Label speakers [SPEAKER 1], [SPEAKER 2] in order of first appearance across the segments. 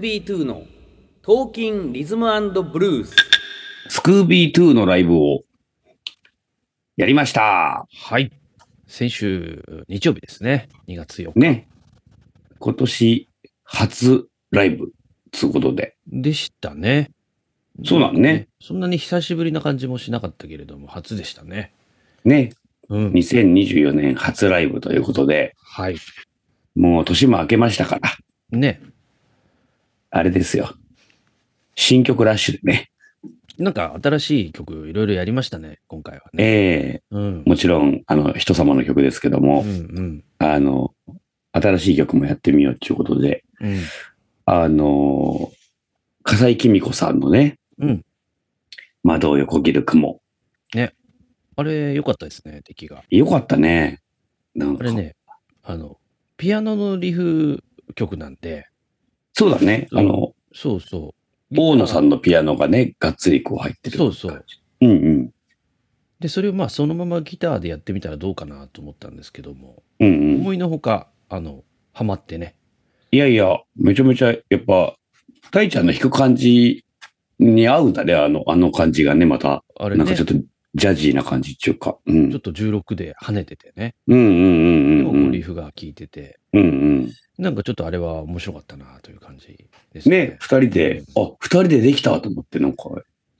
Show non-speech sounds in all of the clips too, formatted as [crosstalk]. [SPEAKER 1] ビー2のトーキンリズムブルース。
[SPEAKER 2] スクービー2のライブをやりました。
[SPEAKER 3] はい。先週、日曜日ですね。2月4日。
[SPEAKER 2] ね。今年初ライブ、つうことで。
[SPEAKER 3] でしたね。
[SPEAKER 2] そうだね。
[SPEAKER 3] そんなに久しぶりな感じもしなかったけれども、初でしたね。
[SPEAKER 2] ね。
[SPEAKER 3] うん。
[SPEAKER 2] 2024年初ライブということで、
[SPEAKER 3] はい。
[SPEAKER 2] もう年も明けましたから、
[SPEAKER 3] ね。
[SPEAKER 2] あれですよ。新曲ラッシュでね。
[SPEAKER 3] なんか新しい曲いろいろやりましたね、今回はね。
[SPEAKER 2] ええ
[SPEAKER 3] うん。
[SPEAKER 2] もちろん、あの、人様の曲ですけど
[SPEAKER 3] う
[SPEAKER 2] も、
[SPEAKER 3] んうん。
[SPEAKER 2] あの、新しい曲もやってみようっていうことで、
[SPEAKER 3] うん。
[SPEAKER 2] あの、笠井公子さんのね、
[SPEAKER 3] うん。
[SPEAKER 2] 窓を横切る雲。
[SPEAKER 3] あれ、良かったですね、出来が。
[SPEAKER 2] よかったね。なん
[SPEAKER 3] あ
[SPEAKER 2] か、
[SPEAKER 3] れね、あの、ピアノのリフ曲なんで、
[SPEAKER 2] そうだね。あの、
[SPEAKER 3] そうそう。
[SPEAKER 2] 大野さんのピアノがね、がっつりこう入ってる。
[SPEAKER 3] そうそう。
[SPEAKER 2] うんうん。
[SPEAKER 3] で、それをまあ、そのままギターでやってみたらどうかなと思ったんですけども、
[SPEAKER 2] うんうん。
[SPEAKER 3] 思いのほか、あの、ハマってね。
[SPEAKER 2] いやいや、めちゃめちゃ、やっぱ、大ちゃんの弾く感じに合うんだね。あの、あの感じがね、また、
[SPEAKER 3] あれ
[SPEAKER 2] な
[SPEAKER 3] ね、
[SPEAKER 2] んかち
[SPEAKER 3] ち
[SPEAKER 2] ょ
[SPEAKER 3] ょ
[SPEAKER 2] っとジャジーな感じっていうか。うん。
[SPEAKER 3] っと16で跳ねててね。
[SPEAKER 2] うんうん
[SPEAKER 3] で
[SPEAKER 2] うん
[SPEAKER 3] も、
[SPEAKER 2] う
[SPEAKER 3] こ
[SPEAKER 2] んう。
[SPEAKER 3] うんリフが効いてて、
[SPEAKER 2] うんうん。
[SPEAKER 3] なんかちょっとあれは面白かったなという感じです
[SPEAKER 2] ね、二人で、あ、二人でできたと思って、なんか、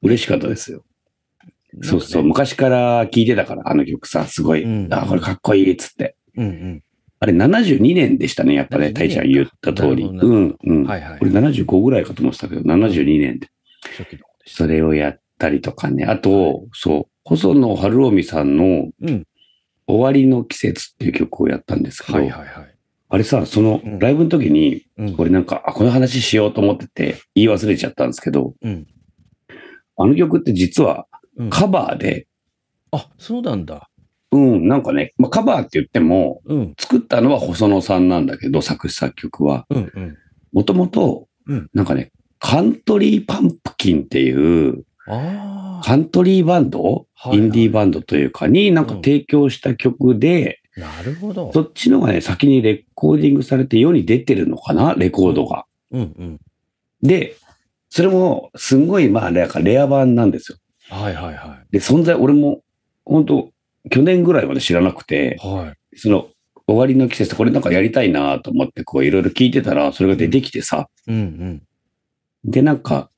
[SPEAKER 2] 嬉しかったですよ。
[SPEAKER 3] なんかね
[SPEAKER 2] そうそう、昔から聴いてたから、あの曲さ、すごい、
[SPEAKER 3] うん
[SPEAKER 2] あ、これかっこいいっつって。
[SPEAKER 3] うん
[SPEAKER 2] あれ、72年でしたね、やっぱね、
[SPEAKER 3] 72
[SPEAKER 2] たいちゃん言った通り。
[SPEAKER 3] なるほど
[SPEAKER 2] う、
[SPEAKER 3] なん
[SPEAKER 2] う。
[SPEAKER 3] うんん。はいはい
[SPEAKER 2] こ。れ75ぐらいかと思ってたけど、72年で。
[SPEAKER 3] 初期の方でした
[SPEAKER 2] それをやったりとかね。あ
[SPEAKER 3] はい
[SPEAKER 2] と、そう、細野晴臣さんの
[SPEAKER 3] うん。
[SPEAKER 2] 終わりの季節っていう曲をやったんですけど、
[SPEAKER 3] はいはいはい。
[SPEAKER 2] あれさ、その
[SPEAKER 3] うん
[SPEAKER 2] ライブの時に、
[SPEAKER 3] うん
[SPEAKER 2] これなんか、あ、この話しようと思ってて、言い忘れちゃったんですけど、
[SPEAKER 3] うん
[SPEAKER 2] あの曲って実は
[SPEAKER 3] うん
[SPEAKER 2] カバーで、
[SPEAKER 3] あ、そうなんだ。
[SPEAKER 2] うん、なんかね、まあ、カバーって言っても、
[SPEAKER 3] うん。
[SPEAKER 2] 作ったのは細野さんなんだけど、作詞作曲は。
[SPEAKER 3] うんうん。
[SPEAKER 2] もともと
[SPEAKER 3] うん、
[SPEAKER 2] なんかね、カントリーパンプキンっていう、
[SPEAKER 3] ああ。
[SPEAKER 2] カントリーバンド、
[SPEAKER 3] はいはい
[SPEAKER 2] インディーバンドというかに、なんか提供した曲で、
[SPEAKER 3] なるほど。
[SPEAKER 2] そっちのがね、先にレコーディングされて世に出てるのかな、レコードが。
[SPEAKER 3] うんうん。
[SPEAKER 2] で、それも、すんごい、まあ、なんかレア版なんですよ。
[SPEAKER 3] はいはいは
[SPEAKER 2] で、存在、俺も、本当去年ぐらいまで知らなくて、
[SPEAKER 3] い。はい。
[SPEAKER 2] その、終わりの季節、これなんかやりたいなと思って、こう、いろいろ聞いてたら、それが出てきてさ、
[SPEAKER 3] うん
[SPEAKER 2] で、なんか、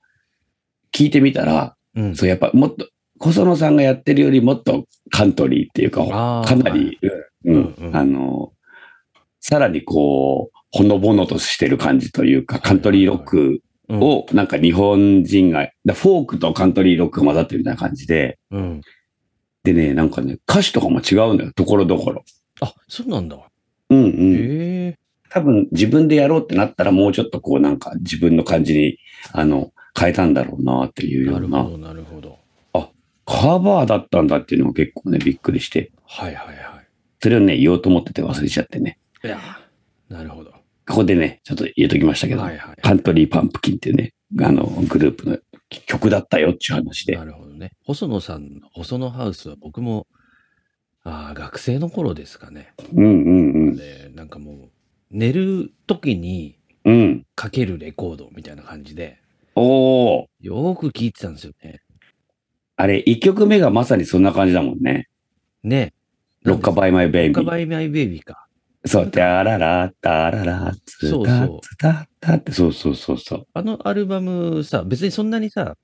[SPEAKER 2] 聞いてみたら、
[SPEAKER 3] うん。うん。
[SPEAKER 2] そう、やっぱ、もっと、細野さんがやってるよりもっとカントリーっていうか、
[SPEAKER 3] あー
[SPEAKER 2] かなり、うん、
[SPEAKER 3] うんうん
[SPEAKER 2] あの、さらにこう、ほのぼのとしてる感じというか、カントリーロック
[SPEAKER 3] うん、
[SPEAKER 2] を、なんか日本人が、だフォークとカントリーロックが混ざってるみたいな感じで、
[SPEAKER 3] うん。
[SPEAKER 2] でね、なんかね、歌詞とかも違うんだよ、ところどころ。
[SPEAKER 3] あ、そうなんだ。
[SPEAKER 2] うんうん。
[SPEAKER 3] へえ。
[SPEAKER 2] 多分自分でやろうってなったら、もうちょっとこう、なんか自分の感じに、あの、変えたんだろうなっていうよ
[SPEAKER 3] な
[SPEAKER 2] う
[SPEAKER 3] る
[SPEAKER 2] な
[SPEAKER 3] ほ、ど、なるほど。
[SPEAKER 2] カバーだったんだっていうのが結構ね、びっくりして、
[SPEAKER 3] はいはいは
[SPEAKER 2] それをね、言おうと思ってて忘れちゃってね。
[SPEAKER 3] い。いやー、なるほど。は
[SPEAKER 2] ここでね、ちょっと言えときましたけ
[SPEAKER 3] い
[SPEAKER 2] ど、
[SPEAKER 3] はいは
[SPEAKER 2] カントリーパンプキンっていうね、あの、グループの曲だったよっていう話
[SPEAKER 3] い。
[SPEAKER 2] で
[SPEAKER 3] な。るほどね。細野さんの、細野ハウスは僕も、ああ、学生の頃ですかね。
[SPEAKER 2] うんうんうん。
[SPEAKER 3] で、なんかもう、寝る時に
[SPEAKER 2] うん。
[SPEAKER 3] かけるレコードみたいな感じで、
[SPEAKER 2] おー。
[SPEAKER 3] よーく聞いてたんですよね。
[SPEAKER 2] あれ、1曲目がまさにそんな感じだもんね。
[SPEAKER 3] ね。
[SPEAKER 2] ロッカバイマイベイ
[SPEAKER 3] ロッ
[SPEAKER 2] ビ
[SPEAKER 3] カバ
[SPEAKER 2] ー。
[SPEAKER 3] イマイベイビーか。
[SPEAKER 2] そう、てあらら、たらら、つ
[SPEAKER 3] そう
[SPEAKER 2] た
[SPEAKER 3] そう
[SPEAKER 2] つたたって、そうそうそうそう。
[SPEAKER 3] あのアルバムさ、別にそんなにさ、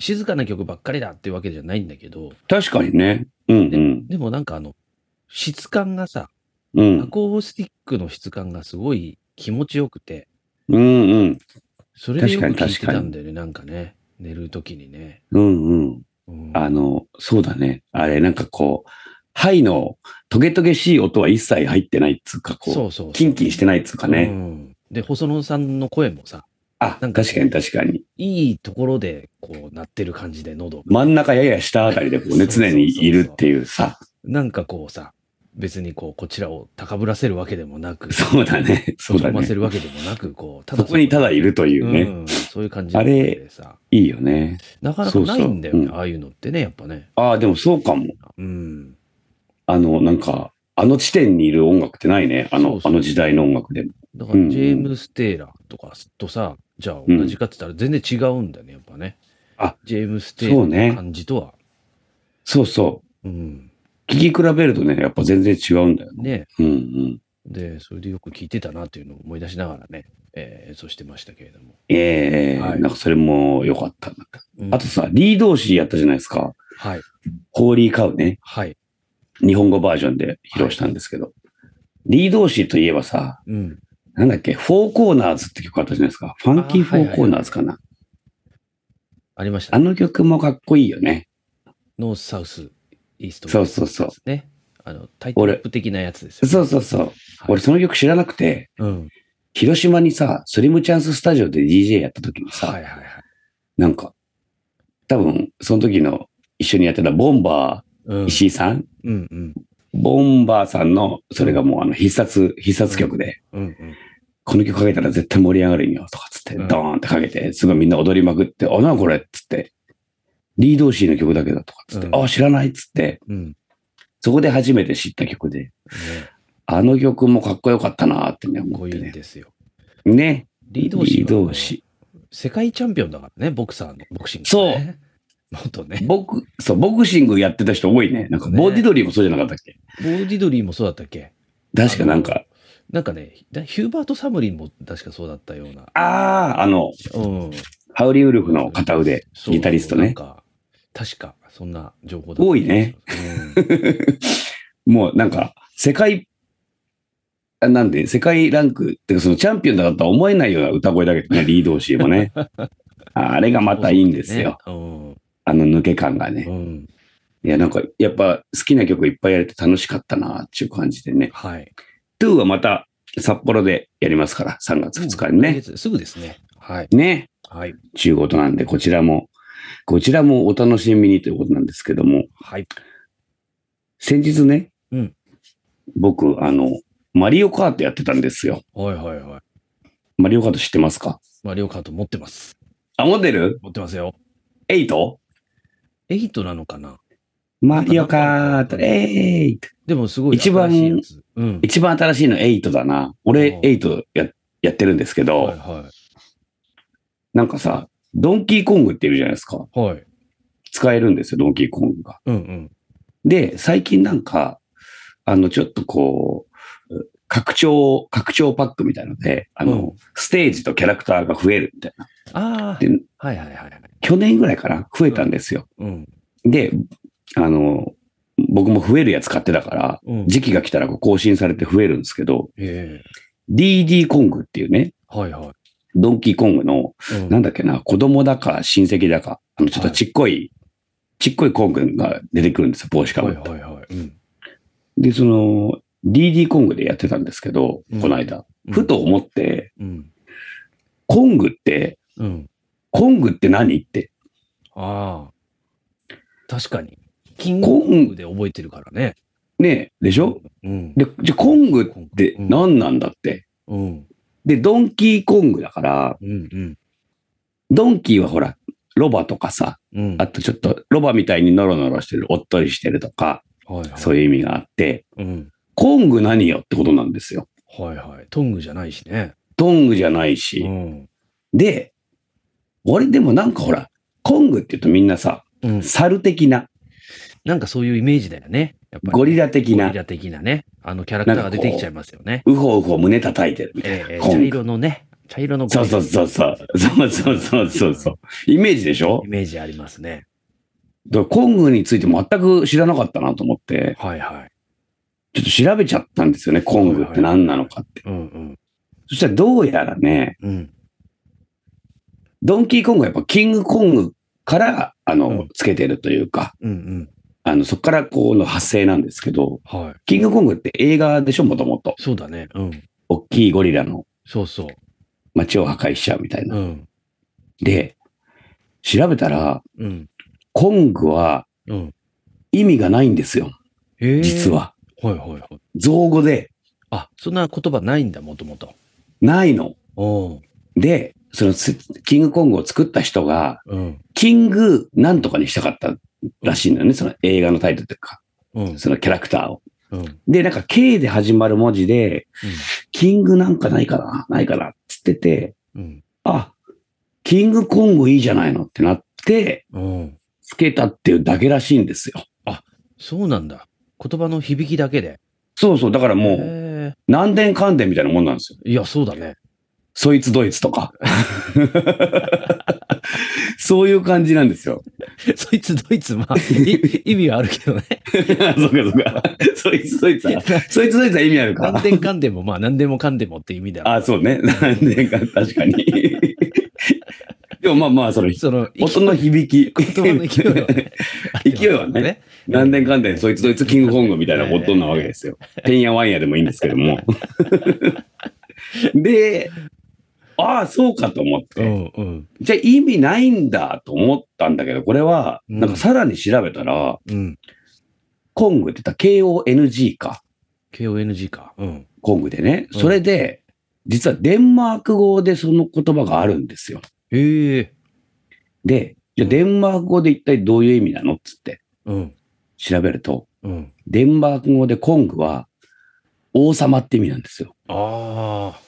[SPEAKER 3] 静かな曲ばっかりだっていうわけじゃないんだけど、
[SPEAKER 2] 確かにね。うんうん。
[SPEAKER 3] でもなんかあの、質感がさ、
[SPEAKER 2] うん
[SPEAKER 3] ア。コースティックの質感がすごい気持ちよくて、
[SPEAKER 2] うんうん。
[SPEAKER 3] それでよく
[SPEAKER 2] 確か
[SPEAKER 3] 聞
[SPEAKER 2] に
[SPEAKER 3] いてたんだよね、なんかね。寝るときにね。
[SPEAKER 2] うんうん。
[SPEAKER 3] うん
[SPEAKER 2] あの、そうだね。あれ、なんかこう、ハイのトゲトゲしい音は一切入ってないっつうか、こう、
[SPEAKER 3] そうそう。
[SPEAKER 2] キンキンしてないっつうかね。
[SPEAKER 3] うんで、細野さんの声もさ、
[SPEAKER 2] あ、
[SPEAKER 3] なんか
[SPEAKER 2] 確かに確かに。
[SPEAKER 3] いいところでこう鳴ってる感じで喉。
[SPEAKER 2] 真ん中やや下あたりでこう
[SPEAKER 3] そう
[SPEAKER 2] ね、
[SPEAKER 3] そうそう
[SPEAKER 2] 常にいるっていうさ。
[SPEAKER 3] なんかこうさ、別にこう、こちらを高ぶらせるわけでもなく、
[SPEAKER 2] そうだね。そうだ
[SPEAKER 3] ま
[SPEAKER 2] ね
[SPEAKER 3] せ。るわけでもなく、こう、た
[SPEAKER 2] そこにただいるというね。
[SPEAKER 3] うん、そういう感じの
[SPEAKER 2] あれ
[SPEAKER 3] さ、
[SPEAKER 2] いいよね。
[SPEAKER 3] なかなかないんだよね、
[SPEAKER 2] そうそううん
[SPEAKER 3] ああいうのってね、やっぱね。
[SPEAKER 2] ああ、でもそうかも。
[SPEAKER 3] うん。
[SPEAKER 2] あの、なんか、あの地点にいる音楽ってないね。あの、
[SPEAKER 3] そうそう
[SPEAKER 2] あの時代の音楽でも。
[SPEAKER 3] だか
[SPEAKER 2] うんうん
[SPEAKER 3] ら、ジェームス・テイラーとかとさ、じゃあ同じかって言ったら全然違うんだよね、やっぱね。
[SPEAKER 2] あ、
[SPEAKER 3] ジェームス・テイ
[SPEAKER 2] そう
[SPEAKER 3] の
[SPEAKER 2] ね
[SPEAKER 3] 感じとは。
[SPEAKER 2] そうそう
[SPEAKER 3] うん。
[SPEAKER 2] う。聞き比べるとね、やっぱ全然違うんだよ。
[SPEAKER 3] ね。
[SPEAKER 2] うんうん。
[SPEAKER 3] で、それでよく聞いてたなというのを思い出しながらね、えー演奏してましたけれども。
[SPEAKER 2] ええ
[SPEAKER 3] はい
[SPEAKER 2] なんかそれも良かったな。
[SPEAKER 3] うん
[SPEAKER 2] あとさ、リー同士やったじゃないですか。
[SPEAKER 3] はい。
[SPEAKER 2] ホーリーカウね。
[SPEAKER 3] はい。
[SPEAKER 2] 日本語バージョンで披露したんですけど。リー同士といえばさ、
[SPEAKER 3] うん。
[SPEAKER 2] なんだっけ、フォーコーナーズって曲あったじゃないですか。ファンキーフォーコーナーズかな。
[SPEAKER 3] ありました
[SPEAKER 2] あ
[SPEAKER 3] ね。
[SPEAKER 2] の曲もかっこいいよね。
[SPEAKER 3] ノース・サウス・イースト。
[SPEAKER 2] そうそうそう
[SPEAKER 3] ですね。あの、タイトルアップ的なやつですよね。
[SPEAKER 2] そうそうそう。
[SPEAKER 3] はい
[SPEAKER 2] 俺その曲知らなくて、
[SPEAKER 3] うん。
[SPEAKER 2] 広島にさ、スリムチャンススタジオで DJ やった時にさ、
[SPEAKER 3] はいはいはい。
[SPEAKER 2] なんか、多分その時の一緒にやってたボンバ
[SPEAKER 3] う
[SPEAKER 2] ー
[SPEAKER 3] ん。
[SPEAKER 2] 石井さん、
[SPEAKER 3] うんうん。
[SPEAKER 2] ボンバーさんの、それがもうあの必殺、必殺曲で、
[SPEAKER 3] うんうん。
[SPEAKER 2] この曲かけたら絶対盛り上がるんよとかっつって、
[SPEAKER 3] うん
[SPEAKER 2] ドーンってかけて、すごいみんな踊りまくって、あ、なこれっつって、リードーシーの曲だけだとかっつって、
[SPEAKER 3] うん
[SPEAKER 2] あ、知らないっつって、
[SPEAKER 3] うん。ね
[SPEAKER 2] そこで初めて知った曲で、あの曲もかっこよかったなーってね、
[SPEAKER 3] かっ
[SPEAKER 2] 思
[SPEAKER 3] こ
[SPEAKER 2] っ
[SPEAKER 3] い
[SPEAKER 2] て
[SPEAKER 3] いん
[SPEAKER 2] ね。
[SPEAKER 3] ですよ。
[SPEAKER 2] ね。
[SPEAKER 3] リード氏。
[SPEAKER 2] リードーシー。
[SPEAKER 3] 世界チャンピオンだからね、ボクサーの、ボクシング、う。 [laughs] 元ね。
[SPEAKER 2] ボク、そう、ボクシングやってた人多いね。なんか、
[SPEAKER 3] ね
[SPEAKER 2] ボディドリーもそうじゃなかったっけ、
[SPEAKER 3] ボーディドリーもそうだったっけ
[SPEAKER 2] 確かなんか、
[SPEAKER 3] なんかね、だヒューバート・サムリンも確かそうだったような。
[SPEAKER 2] ああー、あの、
[SPEAKER 3] うん。
[SPEAKER 2] ハウリーウルフの片腕、
[SPEAKER 3] そう
[SPEAKER 2] ギタリスト
[SPEAKER 3] なん
[SPEAKER 2] ね。
[SPEAKER 3] か、確か、そんな情報だった
[SPEAKER 2] 多いね。
[SPEAKER 3] うん
[SPEAKER 2] もうなんか、世界、あなんで、世界ランク、ってかそのチャンピオンだとは思えないような歌声だけど
[SPEAKER 3] [laughs]
[SPEAKER 2] ね、リードーシーもね。ああれが [laughs] またいいんですよ。。
[SPEAKER 3] うん。
[SPEAKER 2] あの抜け感が
[SPEAKER 3] う
[SPEAKER 2] ね。
[SPEAKER 3] ん。
[SPEAKER 2] いや、なんか、やっぱ好きな曲いっぱいやれて楽しかったなっていう感じでね。
[SPEAKER 3] はい。
[SPEAKER 2] 2はまた札幌でやりますから、3月2日に
[SPEAKER 3] 来
[SPEAKER 2] ね。
[SPEAKER 3] 月すぐですね。はい。
[SPEAKER 2] ね。
[SPEAKER 3] はい。
[SPEAKER 2] 中ことなんで、こちらも、こちらもお楽しみにということなんですけども、
[SPEAKER 3] はい。
[SPEAKER 2] 先日ね、
[SPEAKER 3] うん
[SPEAKER 2] 僕、あの、マリオカートやってたんですよ。
[SPEAKER 3] はいはいはい。
[SPEAKER 2] マリオカート知ってますか
[SPEAKER 3] マリオカート持ってます。
[SPEAKER 2] あ、モデル
[SPEAKER 3] 持ってますよ。
[SPEAKER 2] ?8?
[SPEAKER 3] 8なのかな
[SPEAKER 2] マリオカート、8。
[SPEAKER 3] でもすごい
[SPEAKER 2] 一番
[SPEAKER 3] 新しいやつ。うん。
[SPEAKER 2] 一番新しいの8だな。俺
[SPEAKER 3] お、
[SPEAKER 2] 8ややってるんですけど、
[SPEAKER 3] はいは
[SPEAKER 2] なんかさ、ドンキーコングっているじゃないですか。
[SPEAKER 3] い。はい。
[SPEAKER 2] 使えるんですよ、ドンキーコングが。
[SPEAKER 3] うんうん。
[SPEAKER 2] で、最近なんか、あの、ちょっとこう、拡張、拡張パックみたいので、あの、
[SPEAKER 3] うん
[SPEAKER 2] ステージとキャラクターが増えるみたいな。
[SPEAKER 3] ああ
[SPEAKER 2] で。
[SPEAKER 3] はいはいはいはい。
[SPEAKER 2] 去年ぐらいかな増えたんですよ。
[SPEAKER 3] うん。
[SPEAKER 2] で、あの、僕も増えるやつ買ってたから、
[SPEAKER 3] うん。
[SPEAKER 2] 時期が来たらこう更新されて増えるんですけど、
[SPEAKER 3] ええ
[SPEAKER 2] DD コングっていうね、
[SPEAKER 3] はいは
[SPEAKER 2] ドンキーコングの、
[SPEAKER 3] い。うん
[SPEAKER 2] なんだっけな、子供だか親戚だか、あの、ちょっと
[SPEAKER 3] はい
[SPEAKER 2] ちっこい、ちっこいコングが出てくるんですよ、帽子かぶ
[SPEAKER 3] は
[SPEAKER 2] っ
[SPEAKER 3] い
[SPEAKER 2] た。
[SPEAKER 3] はいはい。うん。
[SPEAKER 2] で、その、DD コングでやってたんですけど、
[SPEAKER 3] うん
[SPEAKER 2] この間。
[SPEAKER 3] うん
[SPEAKER 2] ふと。思って、
[SPEAKER 3] うん。
[SPEAKER 2] コングって、
[SPEAKER 3] うん。
[SPEAKER 2] コングって何って。
[SPEAKER 3] ああ。確かに。キングコングで覚えてるからね。
[SPEAKER 2] ねえ、でしょ
[SPEAKER 3] うん。
[SPEAKER 2] で、じゃあコングって
[SPEAKER 3] うん
[SPEAKER 2] 何なんだって。
[SPEAKER 3] うん。
[SPEAKER 2] で、ドンキーコングだから、
[SPEAKER 3] うんうん。
[SPEAKER 2] ドンキーはほら、ロバとかさ、
[SPEAKER 3] うん。
[SPEAKER 2] あとちょっとロバみたいにノロノロしてる、おっとりしてるとか、
[SPEAKER 3] はいはい。
[SPEAKER 2] そういう意味があって、
[SPEAKER 3] うん。
[SPEAKER 2] コング何よってことなんですよ。
[SPEAKER 3] はいはい。トングじゃないしね。
[SPEAKER 2] トングじゃないうし。
[SPEAKER 3] ん。
[SPEAKER 2] で、俺でもなんかほら、コングって言うとみんなさ、
[SPEAKER 3] うん。
[SPEAKER 2] 猿的な、
[SPEAKER 3] なんかそういうイメージだよね。やっぱり
[SPEAKER 2] ゴリラ的
[SPEAKER 3] ゴ
[SPEAKER 2] な
[SPEAKER 3] リ、ラ的なね。あのキャラクターが出てきちゃいますよね。
[SPEAKER 2] うほうほ胸叩いてるみたいな。
[SPEAKER 3] ええええ
[SPEAKER 2] コン
[SPEAKER 3] 茶
[SPEAKER 2] グ
[SPEAKER 3] 色のね。茶色のゴ
[SPEAKER 2] そう
[SPEAKER 3] リラ
[SPEAKER 2] そうそうそう。そうそうそうそうそう。イメージでしょ
[SPEAKER 3] イメージありますね。
[SPEAKER 2] だからコングについて全く知らなかったなと思って、
[SPEAKER 3] はいはい。
[SPEAKER 2] ちょっと調べちゃったんですよね。コングって何なのかって。
[SPEAKER 3] うんうん。
[SPEAKER 2] そしたらどうやらね、
[SPEAKER 3] うん。
[SPEAKER 2] ドンキーコングはやっぱキングコングから、あの、
[SPEAKER 3] うん
[SPEAKER 2] つけてるというか、
[SPEAKER 3] うんうん。
[SPEAKER 2] あの、そこからこうの発生なんですけど、
[SPEAKER 3] は
[SPEAKER 2] キングコングって映画でしょもともと。
[SPEAKER 3] い。そうだね。うん。
[SPEAKER 2] 大きいゴリラの
[SPEAKER 3] そうそう。
[SPEAKER 2] 街を破壊しちゃうみたいうな。
[SPEAKER 3] ん。
[SPEAKER 2] で、調べたら、
[SPEAKER 3] うん。
[SPEAKER 2] コングは
[SPEAKER 3] うん。
[SPEAKER 2] 意味がないんですよ。
[SPEAKER 3] へえ
[SPEAKER 2] 実。は。
[SPEAKER 3] はいはいはい。
[SPEAKER 2] 造語で
[SPEAKER 3] あ、そんな言葉ないんだ、もともと。
[SPEAKER 2] ないの。
[SPEAKER 3] おう
[SPEAKER 2] で、そのつキングコングを作った人が、
[SPEAKER 3] うん。
[SPEAKER 2] キングなんとかにしたかったらしいんだよね。その映画のタイトルというか、
[SPEAKER 3] うん。
[SPEAKER 2] そのキャラクターを。
[SPEAKER 3] うん。
[SPEAKER 2] で、なんか K で始まる文字で、キングなんかないかなないかなっつってて、
[SPEAKER 3] うん。
[SPEAKER 2] あ、キングコングいいじゃないのってなって、
[SPEAKER 3] うん。
[SPEAKER 2] つけたっていうだけらしいんですよ。
[SPEAKER 3] そうなんだ。言葉の響きだけで。
[SPEAKER 2] そうそう。だからもう、
[SPEAKER 3] へ
[SPEAKER 2] 何年関連みたいなもんなんですよ。
[SPEAKER 3] えいや、そうだね。 [laughs]
[SPEAKER 2] そいつドイツとか。そういう感じなんですよ。 [laughs]
[SPEAKER 3] そいつ、ドイツ、まあ、い意味はあるけどね。
[SPEAKER 2] そうかそうか。そいつドイツは、そいつドイツは意味あるか
[SPEAKER 3] [laughs] 何。点かんでも、まあ、何でもかんでもって意味だ。
[SPEAKER 2] あ、そうね。何年か、確かに。でもまあまあ、その、
[SPEAKER 3] その、
[SPEAKER 2] 音の響き。
[SPEAKER 3] 言葉の勢いはね。
[SPEAKER 2] [laughs] 勢いはね。何年関連、そいつドイツキングコングみたいなことなわけですよ。 [laughs] てんやわんやでもいいんですけども。 [laughs] で、ああ、そうかと思っ
[SPEAKER 3] う
[SPEAKER 2] て。
[SPEAKER 3] んうん。
[SPEAKER 2] じゃあ意味ないんだと思ったんだけど、これは、
[SPEAKER 3] うん
[SPEAKER 2] なんかさらに調べたら、
[SPEAKER 3] うん。
[SPEAKER 2] コングって言ったら KONG か。
[SPEAKER 3] KONG か。うん。
[SPEAKER 2] コングでね。
[SPEAKER 3] うん
[SPEAKER 2] それで、実はデンマーク語でその言葉があるんですよ。
[SPEAKER 3] ええ。
[SPEAKER 2] で、じゃあデンマーク語で一体どういう意味なのっつって
[SPEAKER 3] うん。
[SPEAKER 2] 調べると、
[SPEAKER 3] うん。
[SPEAKER 2] デンマーク語でコングは王様って意味なんですよ。
[SPEAKER 3] ああ。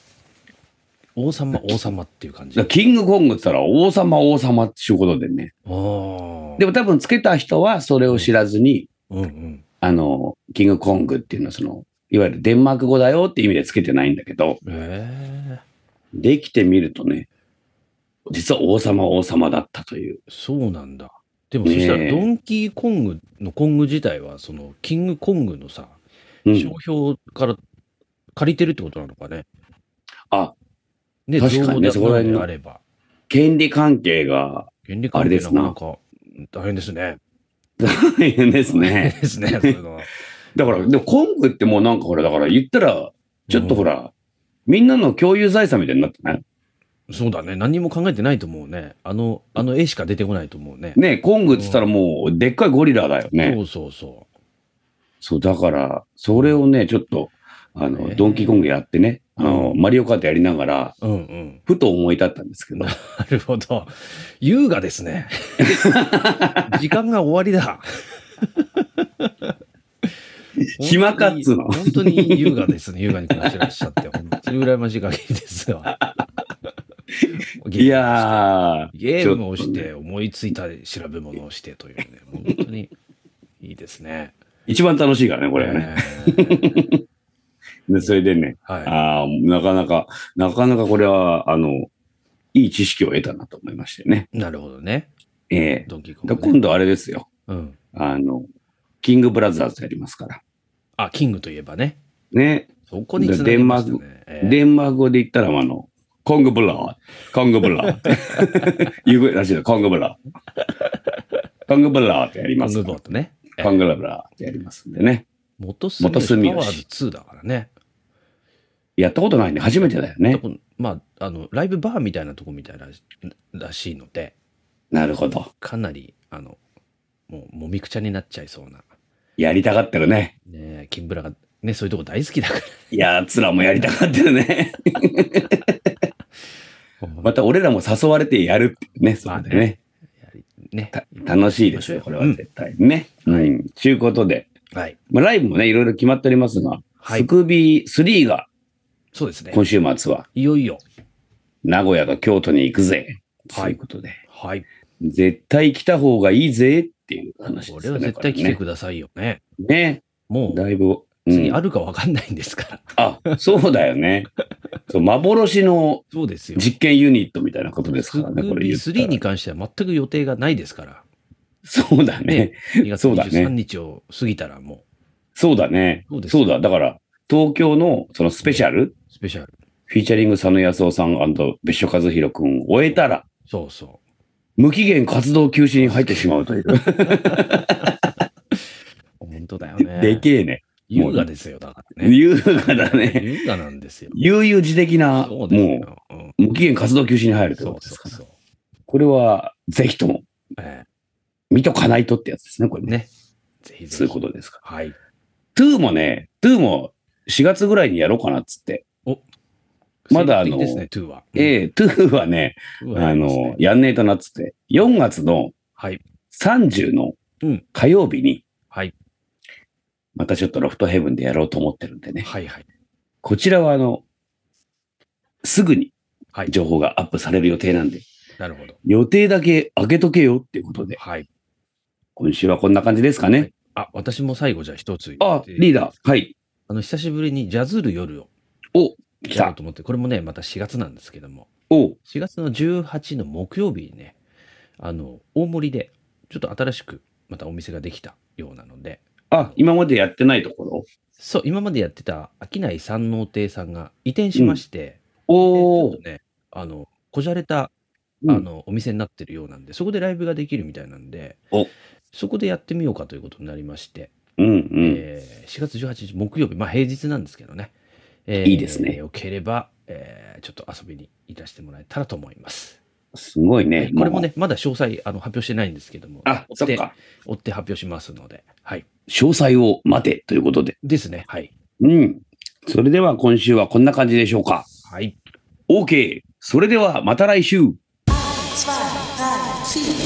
[SPEAKER 3] 王様、王様っていう感
[SPEAKER 2] だ
[SPEAKER 3] じ。
[SPEAKER 2] からキングコングって言ったら王様王様っていうことでね。
[SPEAKER 3] ああ。
[SPEAKER 2] でも多分つけた人はそれを知らずに、
[SPEAKER 3] うんうん。
[SPEAKER 2] あの、キングコングっていうのはその、いわゆるデンマーク語だよって意味でつけてないんだけど、
[SPEAKER 3] ええ
[SPEAKER 2] できてみるとね、実は王様王様だったという。
[SPEAKER 3] そうなんだ。でも、そ
[SPEAKER 2] ねえ
[SPEAKER 3] したら、ドンキーコングのコング自体は、その、キングコングのさ、
[SPEAKER 2] うん
[SPEAKER 3] 商標から借りてるってことなのかね。
[SPEAKER 2] あ、
[SPEAKER 3] ね、
[SPEAKER 2] 確かにねそ
[SPEAKER 3] 造
[SPEAKER 2] こら
[SPEAKER 3] 語
[SPEAKER 2] 辺
[SPEAKER 3] で
[SPEAKER 2] の
[SPEAKER 3] あれば。
[SPEAKER 2] 権利関係が [laughs]
[SPEAKER 3] 原理
[SPEAKER 2] あ
[SPEAKER 3] 関
[SPEAKER 2] れ
[SPEAKER 3] 係
[SPEAKER 2] です
[SPEAKER 3] な
[SPEAKER 2] な
[SPEAKER 3] かなか大変ですね。
[SPEAKER 2] 大変です
[SPEAKER 3] 大
[SPEAKER 2] ね。
[SPEAKER 3] 変ですね、そ
[SPEAKER 2] [laughs]
[SPEAKER 3] ういうのは。
[SPEAKER 2] だから、でもコングってもうなんかほら、だから言ったら、ちょっとほら、みんなの共有財産みたいになってない
[SPEAKER 3] そうだね。何も考えてないと思うね。あの、あの絵しか出てこないと思うね。
[SPEAKER 2] ねえコングって言ったらもう、でっかいゴリラだよね。
[SPEAKER 3] そうそうそ
[SPEAKER 2] そう、だから、それをね、ちょっと、あの、
[SPEAKER 3] ね
[SPEAKER 2] ドンキーコングやってね、あの、マリオカートやりながら、
[SPEAKER 3] う。うんうん。
[SPEAKER 2] ふと思い立ったんですけど、
[SPEAKER 3] なるほど。優雅で
[SPEAKER 2] [laughs]
[SPEAKER 3] すね。時間が終わりだ。
[SPEAKER 2] 暇かっつうの
[SPEAKER 3] 本当に優雅ですね。優雅に暮らしてらっしゃって。本当に羨ましい限りですわ。
[SPEAKER 2] いやー、
[SPEAKER 3] ゲームをして、思いついた調べ物をしてというね、本当にいいですね。
[SPEAKER 2] 一番楽しいからね、これはね。
[SPEAKER 3] ね。
[SPEAKER 2] でそれでね、
[SPEAKER 3] は
[SPEAKER 2] あーなかなか、なかなかこれは、あの、いい知識を得たなと思いましてね。
[SPEAKER 3] い。なるほどね。
[SPEAKER 2] ええ
[SPEAKER 3] ドンキーコ
[SPEAKER 2] だ
[SPEAKER 3] ン
[SPEAKER 2] か
[SPEAKER 3] グ
[SPEAKER 2] ら
[SPEAKER 3] ね、
[SPEAKER 2] 今度あれですよ。
[SPEAKER 3] うん。
[SPEAKER 2] あの、キングブラザーズやりますから。
[SPEAKER 3] あ、キングといえばね。
[SPEAKER 2] ね。
[SPEAKER 3] そこに繋げました
[SPEAKER 2] デ
[SPEAKER 3] ね。ええ
[SPEAKER 2] デンマーク語で言ったら、あの、コングブラー、コングブラーって。言うらしいの、コングブラー。コングブラーってやり
[SPEAKER 3] コ
[SPEAKER 2] ま
[SPEAKER 3] ン
[SPEAKER 2] す
[SPEAKER 3] グ
[SPEAKER 2] か
[SPEAKER 3] ボー
[SPEAKER 2] ら。
[SPEAKER 3] トね。
[SPEAKER 2] コングブラーってやりますんでね。
[SPEAKER 3] 元住
[SPEAKER 2] 元
[SPEAKER 3] 吉
[SPEAKER 2] 住
[SPEAKER 3] パワーズ2だからね。
[SPEAKER 2] やったことないんで、初めてだよ
[SPEAKER 3] と
[SPEAKER 2] ね。
[SPEAKER 3] こまあ、あの、ライブバーみたいなとこみたいならしいので、
[SPEAKER 2] なるほど。
[SPEAKER 3] かなり、あの、もう、もみくちゃになっちゃいそうな。
[SPEAKER 2] やりたがってるね。
[SPEAKER 3] ねえキンブラが、ね、そういうとこ大好きだか
[SPEAKER 2] やつらもやりたがってるね。
[SPEAKER 3] ら。
[SPEAKER 2] [laughs] また俺らも誘われてやるってね。そうだ
[SPEAKER 3] まあ
[SPEAKER 2] ね。
[SPEAKER 3] やりね。
[SPEAKER 2] た楽しいですよ、これは
[SPEAKER 3] うん
[SPEAKER 2] 絶対ね。うん。ちゅうことで、
[SPEAKER 3] はい。
[SPEAKER 2] まあ、ライブもね、いろいろ決まっておりますが、
[SPEAKER 3] はい
[SPEAKER 2] スクビー3が
[SPEAKER 3] そうですね。
[SPEAKER 2] 今週末はい
[SPEAKER 3] よいよ。
[SPEAKER 2] 名古屋と京都に行くぜ。と
[SPEAKER 3] はい
[SPEAKER 2] いうことで、
[SPEAKER 3] はい。
[SPEAKER 2] 絶対来た方がいいぜっていう話で
[SPEAKER 3] こ
[SPEAKER 2] す
[SPEAKER 3] れ
[SPEAKER 2] よ
[SPEAKER 3] は
[SPEAKER 2] ね。
[SPEAKER 3] 絶対来て
[SPEAKER 2] こ
[SPEAKER 3] くださいよね。
[SPEAKER 2] れね。
[SPEAKER 3] も
[SPEAKER 2] ね。
[SPEAKER 3] う、
[SPEAKER 2] だいぶ、うん
[SPEAKER 3] 次あるかわかんないんですから。
[SPEAKER 2] あ、そうだよ
[SPEAKER 3] [laughs]
[SPEAKER 2] ね。そう幻の
[SPEAKER 3] そうですよ。
[SPEAKER 2] 実験ユニットみたいなことです
[SPEAKER 3] スク
[SPEAKER 2] からね、こ
[SPEAKER 3] ー
[SPEAKER 2] れ
[SPEAKER 3] ビ
[SPEAKER 2] 言
[SPEAKER 3] ー
[SPEAKER 2] った
[SPEAKER 3] 3
[SPEAKER 2] ら
[SPEAKER 3] に関しては全く予定がないです
[SPEAKER 2] [laughs]
[SPEAKER 3] から。
[SPEAKER 2] そうだね。
[SPEAKER 3] 2月
[SPEAKER 2] そうだね
[SPEAKER 3] 23日を過ぎたらも
[SPEAKER 2] そうだね
[SPEAKER 3] そう。です
[SPEAKER 2] そうだ。だから、東京のそのスペシャル、
[SPEAKER 3] う、スペシャル。
[SPEAKER 2] フィーチャリング佐野康夫さん別所和弘くんを終えたら、
[SPEAKER 3] そうそ
[SPEAKER 2] 無期限活動休止に入ってしまうという。
[SPEAKER 3] う。本当だよね。
[SPEAKER 2] でけえね。
[SPEAKER 3] 優雅ですよ、だからね。
[SPEAKER 2] 優雅だね。
[SPEAKER 3] 優雅なんですよ。
[SPEAKER 2] 悠々自適な、
[SPEAKER 3] そ
[SPEAKER 2] も
[SPEAKER 3] うです
[SPEAKER 2] う、
[SPEAKER 3] よ。うん
[SPEAKER 2] 無期限活動休止に入るという
[SPEAKER 3] そ
[SPEAKER 2] こ
[SPEAKER 3] う
[SPEAKER 2] とです
[SPEAKER 3] そ
[SPEAKER 2] か
[SPEAKER 3] う
[SPEAKER 2] ら。
[SPEAKER 3] そう。
[SPEAKER 2] これは、ぜひとも、
[SPEAKER 3] え
[SPEAKER 2] 見とかないとってやつですね、これ
[SPEAKER 3] え
[SPEAKER 2] ね。
[SPEAKER 3] ね。ぜひ
[SPEAKER 2] そうい
[SPEAKER 3] ぜ
[SPEAKER 2] うこ
[SPEAKER 3] ひ。
[SPEAKER 2] とですから。
[SPEAKER 3] はい。
[SPEAKER 2] 2もね、2も4月ぐらいにやろうかなっつって。まだあの
[SPEAKER 3] 精力的ですね、2は。
[SPEAKER 2] ええ、2はね、
[SPEAKER 3] うん、2
[SPEAKER 2] あ
[SPEAKER 3] はやりますね
[SPEAKER 2] の、やんねえとなっつって、4月の
[SPEAKER 3] はい。
[SPEAKER 2] 30の
[SPEAKER 3] うん
[SPEAKER 2] 火曜日に、
[SPEAKER 3] はい。
[SPEAKER 2] またちょっとロフトヘブンでやろうと思ってるんでね。
[SPEAKER 3] はいはい。
[SPEAKER 2] こちらはあの、すぐに
[SPEAKER 3] はい
[SPEAKER 2] 情報がアップされる予定なんで、
[SPEAKER 3] なるほど。
[SPEAKER 2] 予定だけ開けとけよっていうことで、
[SPEAKER 3] はい。
[SPEAKER 2] 今週はこんな感じですかね。
[SPEAKER 3] あ、私も最後じゃあ一つ。
[SPEAKER 2] あ、リーダー。。はい。
[SPEAKER 3] あの、久しぶりにジャズる夜を
[SPEAKER 2] お、来
[SPEAKER 3] 来た
[SPEAKER 2] た。
[SPEAKER 3] と思って、これもね、また4月なんですけども、
[SPEAKER 2] お、
[SPEAKER 3] 4月の18の木曜日にね、あの、大森で、ちょっと新しくまたお店ができたようなので、
[SPEAKER 2] あ、今までやってないところ
[SPEAKER 3] そう、今までやってた商い三能亭さんが移転しまして、で
[SPEAKER 2] お
[SPEAKER 3] ちょ
[SPEAKER 2] ー
[SPEAKER 3] っとね、あの、こじゃれた、
[SPEAKER 2] う
[SPEAKER 3] あ
[SPEAKER 2] ん
[SPEAKER 3] の、お店になってるようなんで、そこでライブができるみたいなんで
[SPEAKER 2] お、
[SPEAKER 3] そこでやってみようかということになりまして、
[SPEAKER 2] うんうん。
[SPEAKER 3] えー4月18日木曜日、まあ平日なんですけどね。え
[SPEAKER 2] いいですね
[SPEAKER 3] よければ、えーちょっと遊びにいらしてもらえたらと思います。
[SPEAKER 2] すごい
[SPEAKER 3] は
[SPEAKER 2] ね
[SPEAKER 3] い。これもね、まだ詳細あの発表してないんですけども、
[SPEAKER 2] もう。あ、
[SPEAKER 3] 追
[SPEAKER 2] そ
[SPEAKER 3] っ
[SPEAKER 2] ってか。
[SPEAKER 3] 追って発表しますので、はい。
[SPEAKER 2] 詳細を待てということで。
[SPEAKER 3] ですね、はい。
[SPEAKER 2] うん。それでは今週はこんな感じでしょうか。
[SPEAKER 3] はい。
[SPEAKER 2] OK。それではまた来週。
[SPEAKER 4] Zwei, drei, vier.